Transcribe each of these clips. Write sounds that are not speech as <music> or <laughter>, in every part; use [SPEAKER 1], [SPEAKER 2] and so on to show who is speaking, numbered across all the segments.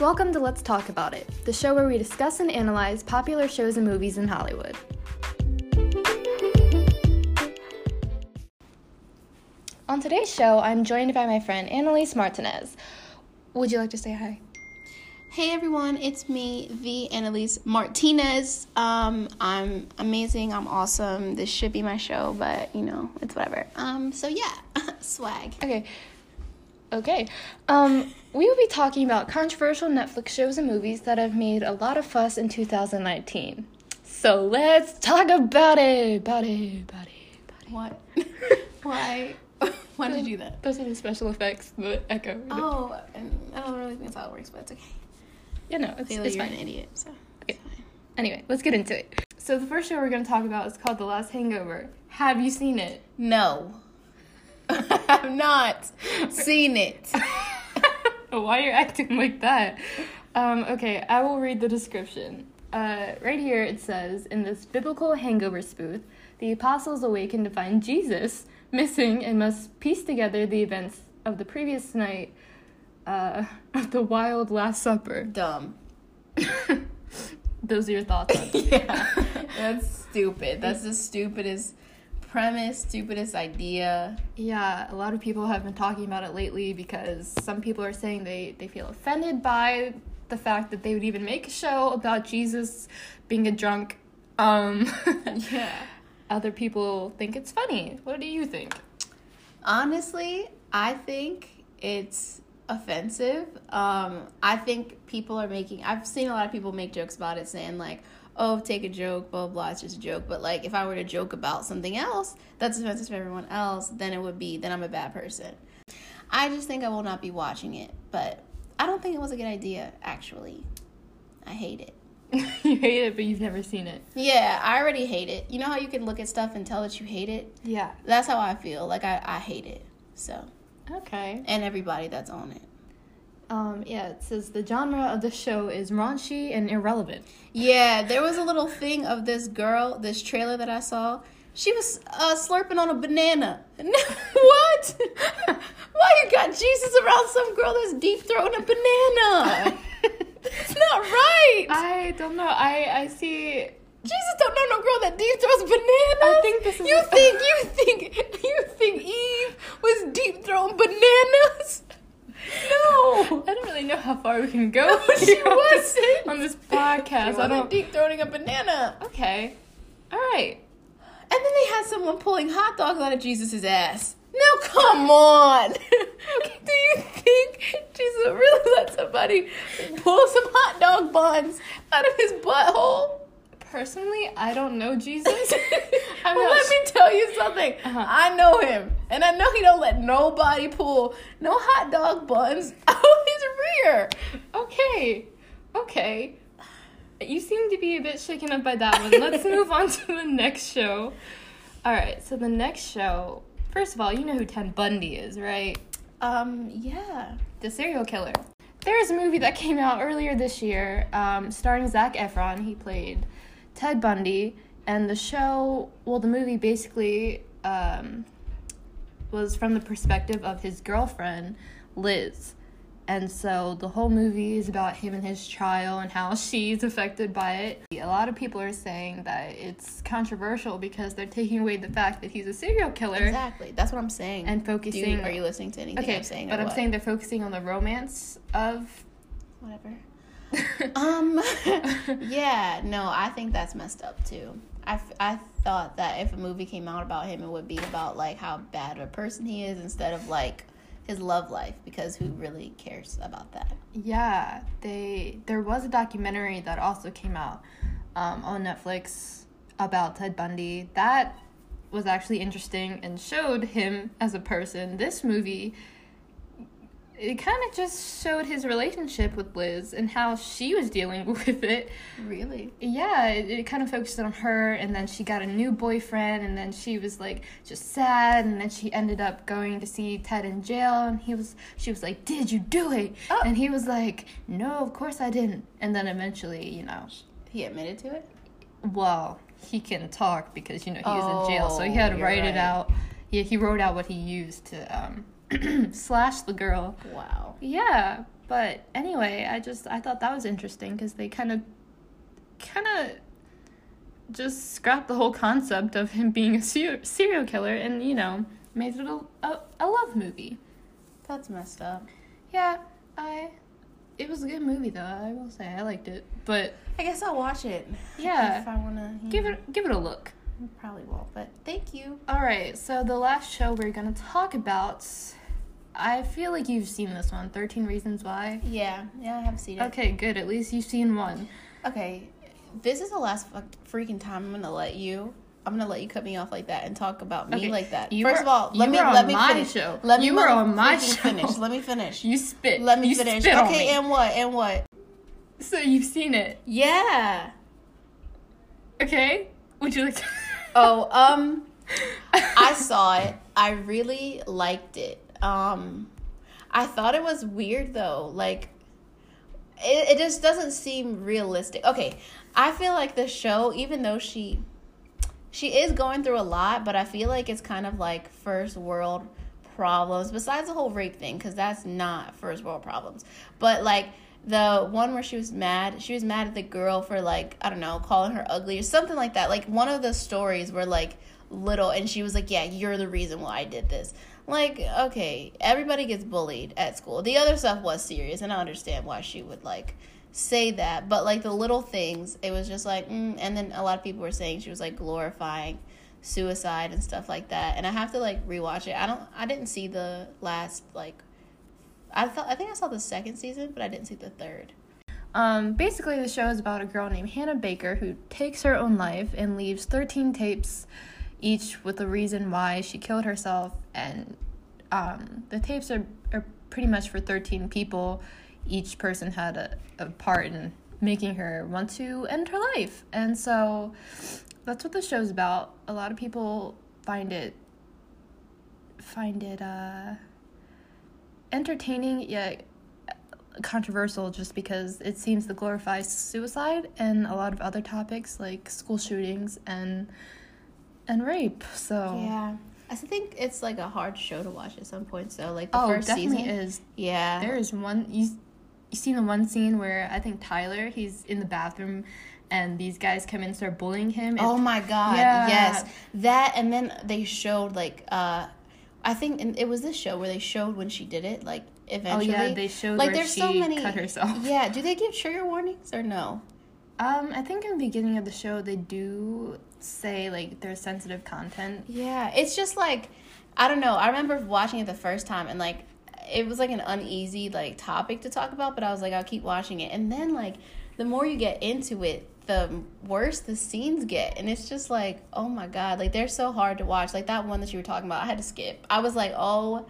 [SPEAKER 1] Welcome to Let's Talk About It, the show where we discuss and analyze popular shows and movies in Hollywood. On today's show, I'm joined by my friend Annalise Martinez. Would you like to say hi?
[SPEAKER 2] Hey everyone, it's me, V Annalise Martinez. Um, I'm amazing. I'm awesome. This should be my show, but you know, it's whatever. Um, so yeah, <laughs> swag.
[SPEAKER 1] Okay. Okay. Um, we will be talking about controversial Netflix shows and movies that have made a lot of fuss in 2019. So let's talk about it. About it. About it. About it. <laughs>
[SPEAKER 2] What? Why? Why did you do that?
[SPEAKER 1] Those are the special effects, the echo.
[SPEAKER 2] Oh, I don't really think that's how it works, but it's okay.
[SPEAKER 1] Yeah, no, it's,
[SPEAKER 2] Bailey,
[SPEAKER 1] it's
[SPEAKER 2] you're
[SPEAKER 1] fine.
[SPEAKER 2] an idiot. So it's fine.
[SPEAKER 1] Anyway, let's get into it. So the first show we're going to talk about is called The Last Hangover. Have you seen it? <laughs>
[SPEAKER 2] No, <laughs> I've not seen it.
[SPEAKER 1] <laughs> Why are you acting like that? Um, okay, I will read the description. Uh, right here it says In this biblical hangover spoof, the apostles awaken to find Jesus missing and must piece together the events of the previous night uh, <laughs> of the wild Last Supper.
[SPEAKER 2] Dumb.
[SPEAKER 1] Those are your thoughts on
[SPEAKER 2] <laughs> yeah, that's stupid. That's the stupidest premise, stupidest idea.
[SPEAKER 1] Yeah, a lot of people have been talking about it lately because some people are saying they, they feel offended by the fact that they would even make a show about Jesus being a drunk. Um, <laughs>
[SPEAKER 2] Yeah.
[SPEAKER 1] Other people think it's funny. What do you think? <laughs>
[SPEAKER 2] Honestly, I think it's offensive. Um, I think people are making. I've seen a lot of people make jokes about it, saying like, "Oh, take a joke, blah blah. It's just a joke." But like, if I were to joke about something else that's offensive to everyone else, then it would be then I'm a bad person. I just think I will not be watching it. But I don't think it was a good idea. Actually, I hate it.
[SPEAKER 1] you hate it, but you've never seen it.
[SPEAKER 2] Yeah, I already hate it. You know how you can look at stuff and tell that you hate it?
[SPEAKER 1] Yeah.
[SPEAKER 2] That's how I feel. Like I, I hate it. So
[SPEAKER 1] Okay.
[SPEAKER 2] and everybody that's on it.
[SPEAKER 1] Um, yeah, it says the genre of the show is raunchy and irrelevant.
[SPEAKER 2] Yeah, there was a little thing of this girl, this trailer that I saw. She was uh, slurping on a banana. what? Why you got Jesus around some girl that's deep throating a banana? That's not right.
[SPEAKER 1] I don't know. I, I see.
[SPEAKER 2] Jesus don't know no girl that deep throws bananas.
[SPEAKER 1] I think this is- <laughs>
[SPEAKER 2] you think you think you think Eve was deep throwing bananas? No,
[SPEAKER 1] <laughs> I don't really know how far we can
[SPEAKER 2] <laughs>
[SPEAKER 1] go.
[SPEAKER 2] she
[SPEAKER 1] here on this- <laughs>
[SPEAKER 2] wasn't.
[SPEAKER 1] On this podcast. I don't.
[SPEAKER 2] deep throating a banana.
[SPEAKER 1] Okay. All right.
[SPEAKER 2] And then they had someone pulling hot dogs out of Jesus' ass. Now come on! <laughs> <laughs> Do you think Jesus really <laughs> let somebody pull some hot dog buns out of his butthole?
[SPEAKER 1] Personally, I don't know
[SPEAKER 2] <laughs>
[SPEAKER 1] Jesus. <laughs> I'm
[SPEAKER 2] well,
[SPEAKER 1] not
[SPEAKER 2] let
[SPEAKER 1] sh-
[SPEAKER 2] me tell you something.
[SPEAKER 1] Uh-huh.
[SPEAKER 2] I know him, and I know he don't let nobody pull no hot dog buns <laughs> out his rear.
[SPEAKER 1] okay. Okay. You seem to be a bit shaken up by that one. Let's move on to the next show. All right. So the next show. First of all, you know who Ted Bundy is, right?
[SPEAKER 2] Um, yeah.
[SPEAKER 1] The serial killer. There is a movie that <laughs> came out earlier this year, um, starring Zach Efron. He played Ted Bundy, and the show, well, the movie basically um, was from the perspective of his girlfriend, Liz. And so the whole movie is about him and his trial and how <laughs> she's affected by it. A lot of people are saying that it's controversial because they're taking away the fact that he's a serial killer.
[SPEAKER 2] Exactly. That's what I'm saying.
[SPEAKER 1] And
[SPEAKER 2] Do
[SPEAKER 1] focusing
[SPEAKER 2] you, are you listening to anything
[SPEAKER 1] Okay,
[SPEAKER 2] I'm saying?
[SPEAKER 1] but
[SPEAKER 2] or
[SPEAKER 1] I'm
[SPEAKER 2] what?
[SPEAKER 1] saying they're focusing on the romance of.
[SPEAKER 2] whatever.
[SPEAKER 1] <laughs>
[SPEAKER 2] <laughs> Um, yeah, no, I think that's messed up too. I, f- I thought that if a movie came out about him, it would be about like how bad of a person he is instead of like his love life because who really cares about that?
[SPEAKER 1] yeah, they there was a documentary that also came out um, on Netflix about Ted Bundy that was actually interesting and showed him as a person. This movie it kind of just showed his relationship with Liz and how she was dealing <laughs> with it.
[SPEAKER 2] Really?
[SPEAKER 1] Yeah, it, it kind of focused on her, and then she got a new boyfriend, and then she was like just sad, and then she ended up going to see Ted in jail, and he was she was like, "Did you do it?"
[SPEAKER 2] Oh.
[SPEAKER 1] And he was like, "No, of course I didn't." And then eventually, you know,
[SPEAKER 2] He admitted to it?
[SPEAKER 1] well, he can talk because you know he was in jail, so he
[SPEAKER 2] Oh,
[SPEAKER 1] had to
[SPEAKER 2] you're
[SPEAKER 1] write it
[SPEAKER 2] right.
[SPEAKER 1] out. Yeah, he wrote out what he used to um, <clears throat> slash the girl.
[SPEAKER 2] Wow.
[SPEAKER 1] Yeah, but anyway, I just I thought that was interesting because they kind of, kind of, just scrapped the whole concept of him being a ser- serial killer and you know made it a, a a love movie.
[SPEAKER 2] That's messed up.
[SPEAKER 1] Yeah, I. It was a good movie though. I will say I liked it, but
[SPEAKER 2] I guess I'll watch it.
[SPEAKER 1] Yeah.
[SPEAKER 2] If I wanna. you
[SPEAKER 1] give
[SPEAKER 2] know.
[SPEAKER 1] it give it a look.
[SPEAKER 2] Probably won't, but thank you.
[SPEAKER 1] All right, so the last show we're gonna talk about. I feel like you've seen this one, 13 Reasons Why.
[SPEAKER 2] Yeah, yeah, I have seen it.
[SPEAKER 1] Okay, good. At least you've seen one.
[SPEAKER 2] Okay, this is the last fuck- freaking time I'm gonna let you. I'm gonna let you cut me off like that and talk about me
[SPEAKER 1] Okay,
[SPEAKER 2] like that.
[SPEAKER 1] you
[SPEAKER 2] First
[SPEAKER 1] were-
[SPEAKER 2] of all,
[SPEAKER 1] you
[SPEAKER 2] let me
[SPEAKER 1] were on
[SPEAKER 2] let me
[SPEAKER 1] my
[SPEAKER 2] finish.
[SPEAKER 1] show.
[SPEAKER 2] Let me
[SPEAKER 1] You were on my
[SPEAKER 2] motherfucking
[SPEAKER 1] show.
[SPEAKER 2] finish. Let me finish.
[SPEAKER 1] You spit.
[SPEAKER 2] let me
[SPEAKER 1] You
[SPEAKER 2] finish.
[SPEAKER 1] spit on
[SPEAKER 2] okay,
[SPEAKER 1] me.
[SPEAKER 2] and what? And what?
[SPEAKER 1] So you've seen it,
[SPEAKER 2] Yeah.
[SPEAKER 1] okay? Would you like to? <laughs>
[SPEAKER 2] Oh, um, I saw it. I really liked it. Um, I thought it was weird though. Like, it, it just doesn't seem realistic. Okay, I feel like the show, even though she she is going through a lot, but I feel like it's kind of like first world problems. Besides the whole rape thing, because that's not first world problems. But like the one where she was mad, she was mad at the girl for like I don't know, calling her ugly or something like that. Like one of the stories where like little and she was like, "Yeah, you're the reason why I did this." Like okay, everybody gets bullied at school. The other stuff was serious, and I understand why she would like say that, but like the little things, it was just like, mm, and then a lot of people were saying she was like glorifying suicide and stuff like that. And I have to like rewatch it. I don't, I didn't see the last like, I thought I think I saw the second season, but I didn't see the third.
[SPEAKER 1] Um, basically, the show is about a girl named Hannah Baker who takes her own life and leaves 13 tapes, each with a reason why she killed herself. And um, the tapes are, are pretty much for 13 people. Each person had a, a part in making her want to end her life. And so that's what the show's about. A lot of people find it find it uh entertaining yet controversial just because it seems to glorify suicide and a lot of other topics like school shootings and and rape. So
[SPEAKER 2] Yeah, I still think it's like a hard show to watch at some point. So like the
[SPEAKER 1] oh,
[SPEAKER 2] first
[SPEAKER 1] definitely
[SPEAKER 2] season,
[SPEAKER 1] is.
[SPEAKER 2] yeah,
[SPEAKER 1] There is one you you seen the one scene where I think Tyler he's in the bathroom and these guys come in and start bullying him.
[SPEAKER 2] Oh my god,
[SPEAKER 1] Yeah.
[SPEAKER 2] yes. That and then they showed like uh I think and it was this show where they showed when she did it, like eventually.
[SPEAKER 1] Oh, they showed where she cut herself.
[SPEAKER 2] <laughs> Yeah, do they give trigger warnings or no?
[SPEAKER 1] Um, I think in the beginning of the show they do say like there's sensitive content.
[SPEAKER 2] Yeah, it's just like I don't know. I remember watching it the first time and like it was like an uneasy like topic to talk about, but I was like I'll keep watching it. And then like the more you get into it, the worse the scenes get. And it's just like, oh my god, like they're so hard to watch. Like that one that you were talking about, I had to skip. I was like, "Oh,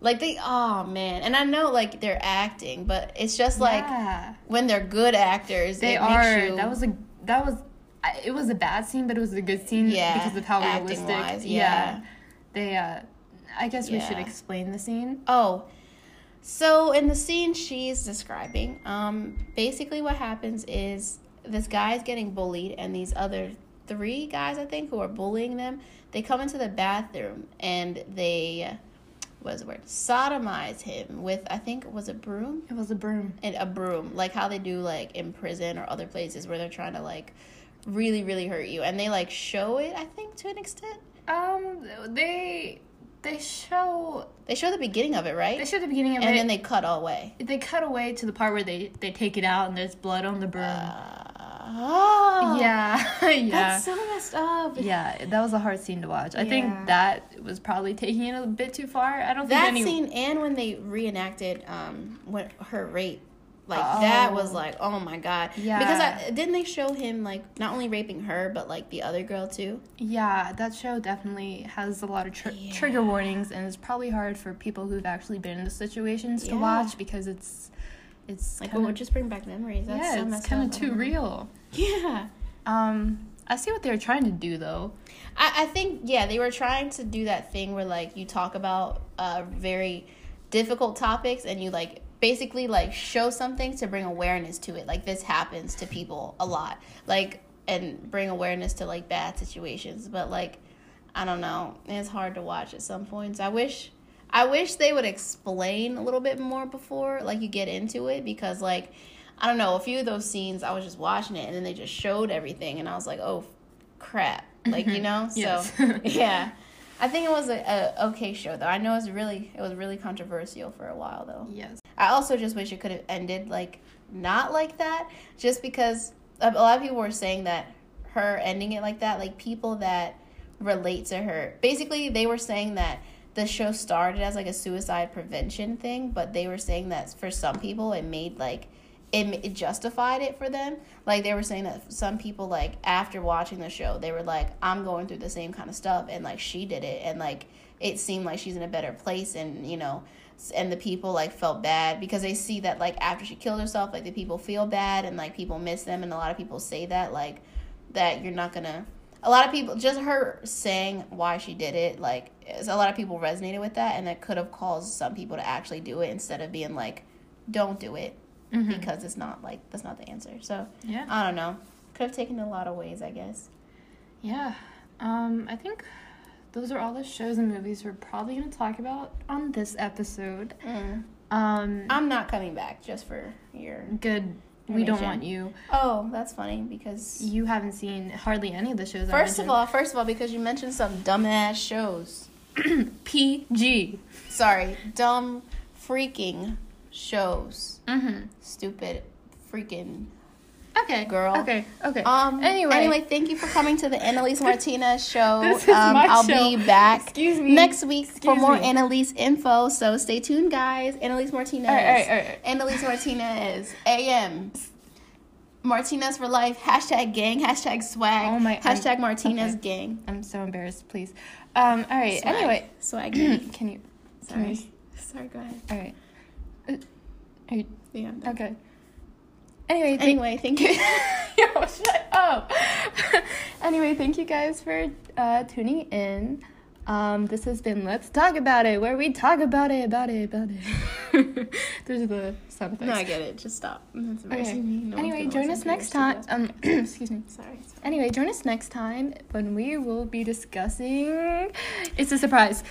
[SPEAKER 2] like they oh man." And I know like they're acting, but it's just like
[SPEAKER 1] yeah,
[SPEAKER 2] when they're good actors,
[SPEAKER 1] they
[SPEAKER 2] it
[SPEAKER 1] are.
[SPEAKER 2] makes you
[SPEAKER 1] That was a that was I- it was a bad scene, but it was a good scene
[SPEAKER 2] Yeah,
[SPEAKER 1] because of how realistic.
[SPEAKER 2] acting wise, yeah.
[SPEAKER 1] they. uh I guess we should
[SPEAKER 2] Yeah.
[SPEAKER 1] explain the scene.
[SPEAKER 2] Oh. So in the scene she's describing, um, basically what happens is this guy is getting bullied and these other three guys I think who are bullying them, they come into the bathroom and they what is the word? Sodomize him with I think it was a broom
[SPEAKER 1] It was a broom.
[SPEAKER 2] and a broom, like how they do like in prison or other places where they're trying to like really, really hurt you. And they like show it, I think, to an extent.
[SPEAKER 1] Um, they they show
[SPEAKER 2] They show the beginning of it,
[SPEAKER 1] they
[SPEAKER 2] right?
[SPEAKER 1] show the beginning of
[SPEAKER 2] And
[SPEAKER 1] it.
[SPEAKER 2] then they cut away.
[SPEAKER 1] they, cut away to the part where they they take it out and there's blood on the broom. Ah.
[SPEAKER 2] Oh,
[SPEAKER 1] yeah, <laughs> yeah.
[SPEAKER 2] That's so messed up.
[SPEAKER 1] Yeah, that was a hard scene to watch. I
[SPEAKER 2] Yeah.
[SPEAKER 1] think that was probably taking it a bit too far. I don't
[SPEAKER 2] That
[SPEAKER 1] think any.
[SPEAKER 2] scene and when they reenacted um when her rape, like that was
[SPEAKER 1] Oh.
[SPEAKER 2] like oh my god.
[SPEAKER 1] Yeah.
[SPEAKER 2] Because I, didn't they show him like not only raping her but like the other girl too?
[SPEAKER 1] yeah, that show definitely has a lot of tr- trigger warnings, and it's probably hard for people who've actually been in the situations to
[SPEAKER 2] Yeah.
[SPEAKER 1] watch because it's it's
[SPEAKER 2] Like
[SPEAKER 1] kinda,
[SPEAKER 2] what would just bring back memories? That's
[SPEAKER 1] yeah,
[SPEAKER 2] so
[SPEAKER 1] it's
[SPEAKER 2] messed
[SPEAKER 1] kind
[SPEAKER 2] up.
[SPEAKER 1] of too real.
[SPEAKER 2] <laughs> Yeah.
[SPEAKER 1] Um, I see what they were trying to do though.
[SPEAKER 2] I, I think yeah they were trying to do that thing where like you talk about uh, very difficult topics and you like basically like show something to bring awareness to it like this happens to people a lot like and bring awareness to like bad situations but like i don't know it's hard to watch at some points i wish I wish they would explain a little bit more before like you get into it because like I don't know, a few of those scenes I was just watching it and then they just showed everything and I was like, "Oh, crap." Like, you know?
[SPEAKER 1] Yes.
[SPEAKER 2] So, <laughs> yeah. I think it was a, a okay show though. I know it's really it was really controversial for a while though.
[SPEAKER 1] Yes.
[SPEAKER 2] I also just wish it could have ended like not like that, just because a a lot of people were saying that her ending it like that, like people that relate to her. Basically, they were saying that the show started as like a suicide prevention thing, but they were saying that for some people it made like it, ma- it justified it for them. Like they were saying that some people like after watching the show, they were like, "I'm going through the same kind of stuff," and like she did it, and like it seemed like she's in a better place, and you know, s- and the people like felt bad because they see that like after she killed herself, like the people feel bad and like people miss them, and a lot of people say that like that you're not gonna. A lot of people just her saying why she did it, like is- a lot of people resonated with that, and that could have caused some people to actually do it instead of being like, "Don't do it."
[SPEAKER 1] Mm-hmm.
[SPEAKER 2] because it's not like that's not the answer. So
[SPEAKER 1] Yeah.
[SPEAKER 2] I don't know. Could have taken a lot of ways, I guess.
[SPEAKER 1] Yeah. Um, I think those are all the shows and movies we're probably going to talk about on this episode. Um,
[SPEAKER 2] I'm not coming back just for your.
[SPEAKER 1] good. We don't
[SPEAKER 2] Information.
[SPEAKER 1] want you.
[SPEAKER 2] Oh, that's funny because
[SPEAKER 1] You haven't seen hardly any of the shows.
[SPEAKER 2] first of all, first of all, because you mentioned some dumbass shows.
[SPEAKER 1] PG.
[SPEAKER 2] Sorry, dumb freaking shows.
[SPEAKER 1] Mm-hmm.
[SPEAKER 2] Stupid freaking.
[SPEAKER 1] Okay,
[SPEAKER 2] Girl.
[SPEAKER 1] Okay, okay.
[SPEAKER 2] Um.
[SPEAKER 1] Anyway.
[SPEAKER 2] Anyway, anyway, thank you for coming to the
[SPEAKER 1] <laughs>
[SPEAKER 2] Annalise Martinez show.
[SPEAKER 1] This is
[SPEAKER 2] um,
[SPEAKER 1] my
[SPEAKER 2] I'll
[SPEAKER 1] show.
[SPEAKER 2] be back
[SPEAKER 1] Excuse me.
[SPEAKER 2] next week for
[SPEAKER 1] Excuse
[SPEAKER 2] more
[SPEAKER 1] me.
[SPEAKER 2] Annalise info. So stay tuned, guys. Annalise Martinez.
[SPEAKER 1] All right, all right, all right.
[SPEAKER 2] Annalise Martinez, AM. Martinez for life. Hashtag gang. Hashtag swag.
[SPEAKER 1] Oh my-
[SPEAKER 2] Hashtag
[SPEAKER 1] I'm-
[SPEAKER 2] Martinez gang.
[SPEAKER 1] I'm so embarrassed. Please. Um. All right.
[SPEAKER 2] Swag.
[SPEAKER 1] Anyway, <clears throat>
[SPEAKER 2] swag.
[SPEAKER 1] can you? Can
[SPEAKER 2] Sorry.
[SPEAKER 1] you,
[SPEAKER 2] Sorry. Go ahead.
[SPEAKER 1] all right. Uh, Are you,
[SPEAKER 2] Yeah, I'm done.
[SPEAKER 1] okay. Anyway. thank-
[SPEAKER 2] Anyway,
[SPEAKER 1] <laughs>
[SPEAKER 2] thank you.
[SPEAKER 1] Yo, shut up. <laughs> anyway, thank you guys for uh, tuning in. Um, this has been Let's Talk About It, where we talk about it, about it, about it. <laughs> There's the sound effects.
[SPEAKER 2] no, I get it. Just stop. That's
[SPEAKER 1] Okay.
[SPEAKER 2] embarrassing me. No one's
[SPEAKER 1] anyway,
[SPEAKER 2] gonna
[SPEAKER 1] join
[SPEAKER 2] listen
[SPEAKER 1] us
[SPEAKER 2] to
[SPEAKER 1] next
[SPEAKER 2] your
[SPEAKER 1] time.
[SPEAKER 2] stupid ass-
[SPEAKER 1] Um, <clears throat> excuse me.
[SPEAKER 2] Sorry. it's
[SPEAKER 1] Anyway, join us next time when we will be discussing. It's a surprise.